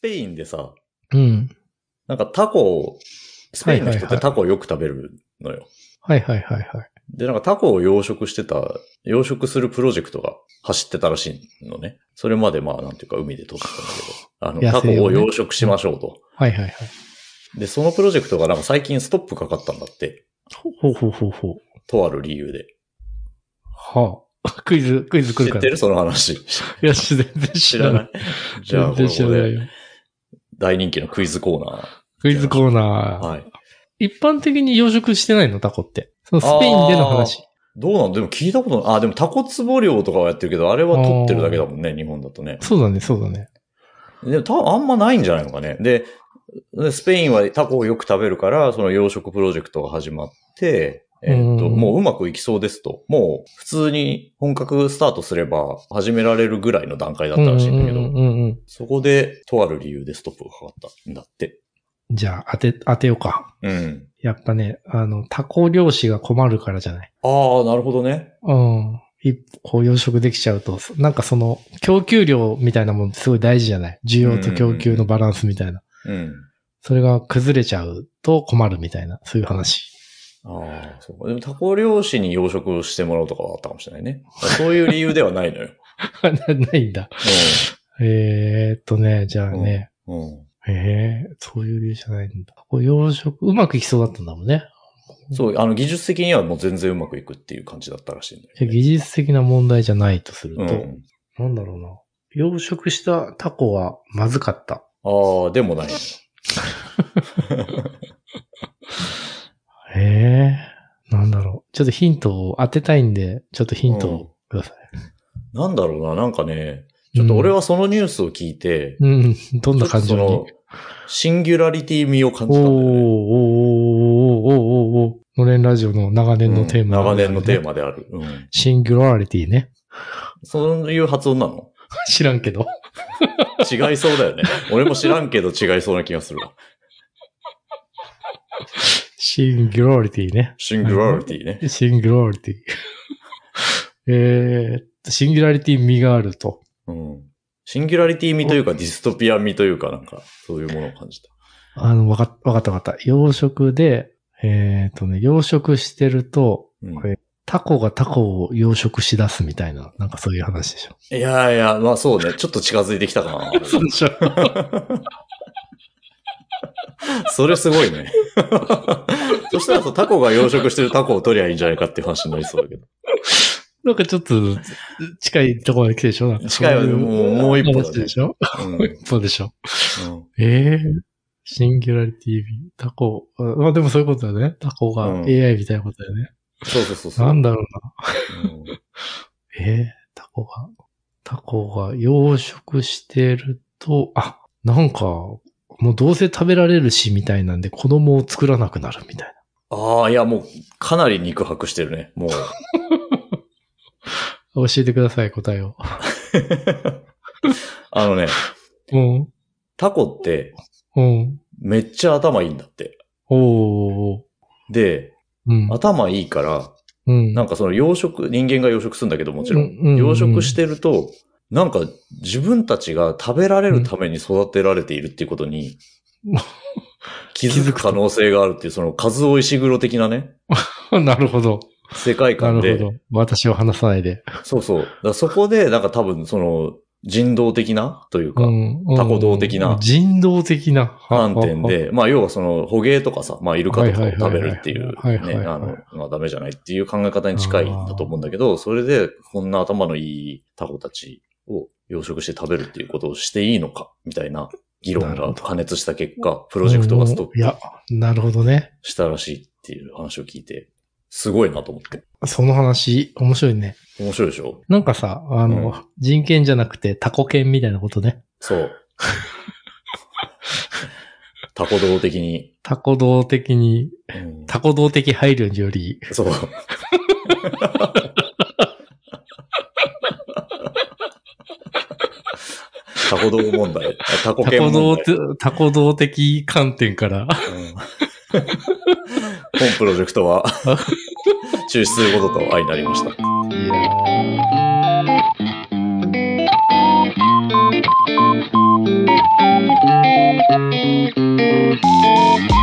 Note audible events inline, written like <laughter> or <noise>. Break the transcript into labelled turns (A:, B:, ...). A: ペインでさ、
B: うん。
A: なんかタコを、スペインの人っ
B: はいはいは
A: て
B: い
A: タコをよく食べるのよ。
B: はいはいはいはい。
A: で、なんかタコを養殖してた、養殖するプロジェクトが走ってたらしいのね。それまでまあなんていうか海で取ってたんだけど、あの、タ
B: 野
A: コ
B: 生を
A: を
B: ね
A: 養殖しましょうと。
B: はいはいはい。
A: で、そのプロジェクトがなんか最近ストップかかったんだって。
B: ほうほうほうほう。
A: とある理由で。
B: はあ。 <laughs> クイズ、クイズ来
A: 知
B: るか
A: っ
B: ら。
A: てるその話。
B: いや、全然知
A: 知
B: ら
A: ら
B: な
A: ないい。。じゃあ、こ
B: <laughs> 全然
A: れ
B: 知ら
A: こ
B: ない
A: れ
B: よ。
A: 大人気のクイズコーナ
B: クイズコー
A: ー。
B: ナー。
A: はい。
B: 一般的に養殖してないのタコって。そのスペインでの話。
A: どうなのでも聞いたことない。あ、でもタコツボ漁とかはやってるけど、あれは取ってるだけだもんね、日本だとね。
B: そうだね、そうだね。
A: でも多分あんまないんじゃないのかね。で、でスペインはタコをよく食べるから、その養殖プロジェクトが始まって、えっと、
B: うん
A: もううまくいきそうですと。もう普通に本格スタートすれば始められるぐらいの段階だったらしいんだけ
B: うん
A: ど、
B: うんうんうん。そ
A: そこでとある理由でストップがかかったんだって。
B: じゃあ、当て、当てようか。
A: うん。
B: やっぱね、あの、タコ漁師が困るからじゃない。
A: ああ、なるほどね。
B: うん。一こう養殖できちゃうと、そなんかその、供給量みたいなもんすごい大事じゃない需要と供給のバランスみたいな。
A: うん。
B: それが崩れちゃうと困るみたいな、そういう話。 <laughs>
A: ああ、そうか。でもタコ漁師に養殖をしてもらうとかはあったかもしれないね。そういう理由ではないの
B: <laughs>
A: よ。
B: なないんだ。えー、っとね、じゃあね。
A: うん。うん
B: えー、そういう理由じゃないんだ。こう養殖、うまくいきそうだったんだもんね。
A: そう、あの、技術的にはもう全然うまくいくっていう感じだったらしいんだ
B: じゃ
A: よ、
B: あ
A: ね。
B: 技術的な問題じゃないとすると、
A: うん。
B: なんだろうな。養殖したタコはまずかった。
A: ああ、でもない。
B: ええなんだろう。ちょっとヒントを当てたいんで、ちょっとヒントをください。
A: なんだろうな、なんかね、ちょっと俺はそのニュースを聞いて、
B: うん、うん、どんな感
A: ち
B: 情
A: ょっとその。、
B: に
A: シンギュラリティ味を
B: お
A: 感
B: ーおーおー
A: じたんだよね。
B: おーおーおーおーのれんラジオの長年のテーマ、
A: うん長年のテー
B: マ。
A: マである。うん。
B: シンギュラリティね。
A: そういう発音なの
B: <laughs> 知らんけど。
A: 違いそうだ
B: <laughs>
A: よね。俺も知らんけど違いそうな気がするわ。
B: シンギュラリティね。
A: シンギュラリティね。
B: シンギュラリティ。 <laughs> えーっと、シンギュラリティ味があると。
A: うん。シンギュラリティ味というか、ディストピア味というか、なんか、そういうものを感じた。
B: あの、わかわかったわかった。養殖で、えーっとね、養殖してると、
A: うん
B: これタコがタコを養殖しだすみたいな、なんかそういう話でしょ。
A: いやいや、まあそうね。ちょっと近づいてきたか
B: <laughs>
A: な。
B: でしょ。
A: それすごいね。そしたらさ、タコが養殖してるタコを取りゃいいんじゃないかっていう話になりそうだけど。
B: なんかちょっと近いところまで来てるでしょなんか
A: 近い
B: そう
A: もうもう一歩だね
B: 話でしょ
A: うん。うん
B: そうでしょ。ええシンギュラリティ v タコ。あまあでもそういうことだね。タコが
A: うん
B: AI みたいなことだよね。
A: そうそうそうそう。
B: なん
A: だ、
B: だろうな。ええタコが、タコが養殖してると、あ、なんか、もうどうせ食べられるしみたいなんで子供を作らなくなるみたいな。
A: ああ、いや、もう、かなり肉薄してるね。もう。
B: 教えてください、答えを。
A: あのね、
B: うん。
A: タコって、
B: うん。
A: めっちゃ頭いいんだって。
B: おー。
A: で、
B: うん。
A: 頭いいから、
B: うん。
A: なんかその養殖、人間が養殖するんだけどもちろん。
B: うんうんうん
A: 養殖してると、なんか自分たちが食べられるために育てられているっていうことに
B: うん、
A: 気づく可能性があるっていう、その数尾石黒的なね、
B: <laughs> なるほど。
A: 世界
B: な
A: 観
B: る
A: で
B: ほ、ど。私を話さないで。
A: そうそう。だからそこで、なんか多分その人道的なというか、
B: うん
A: タコ道的な
B: 人道的な
A: 観点。で、まあ要はその捕鯨とかさ、まあイルカとかを食べるっていう
B: はいはいは
A: ね、
B: いはいはいはい
A: あ
B: はい
A: の、まあダメじゃないっていう考え方に近いんだと思うんだけど、それでこんな頭のいいタコたちを養殖して食べるっていうことをしていいのか、みたいな議論
B: なるほ
A: が
B: ど
A: 加熱した結果、プ
B: プ
A: ロジェクトがストップ
B: いや、なるほどね。
A: したらしいっていう話を聞いて、すごいなと思って。
B: その話、面白いね。
A: 面白いでしょ
B: なんかさ、あの、
A: うん
B: 人権じゃなくてタコ犬みたいなことね。
A: そう。タコ道的に。
B: タコ道的に、
A: うん
B: タコ道的配慮により、
A: そう。タコ道問題。あタコ
B: タ
A: 犬問
B: コ道
A: 題。、
B: タコ道的観点か
A: う
B: ら、
A: ん本プロジェクトは <laughs> 中止することと相なりました。した。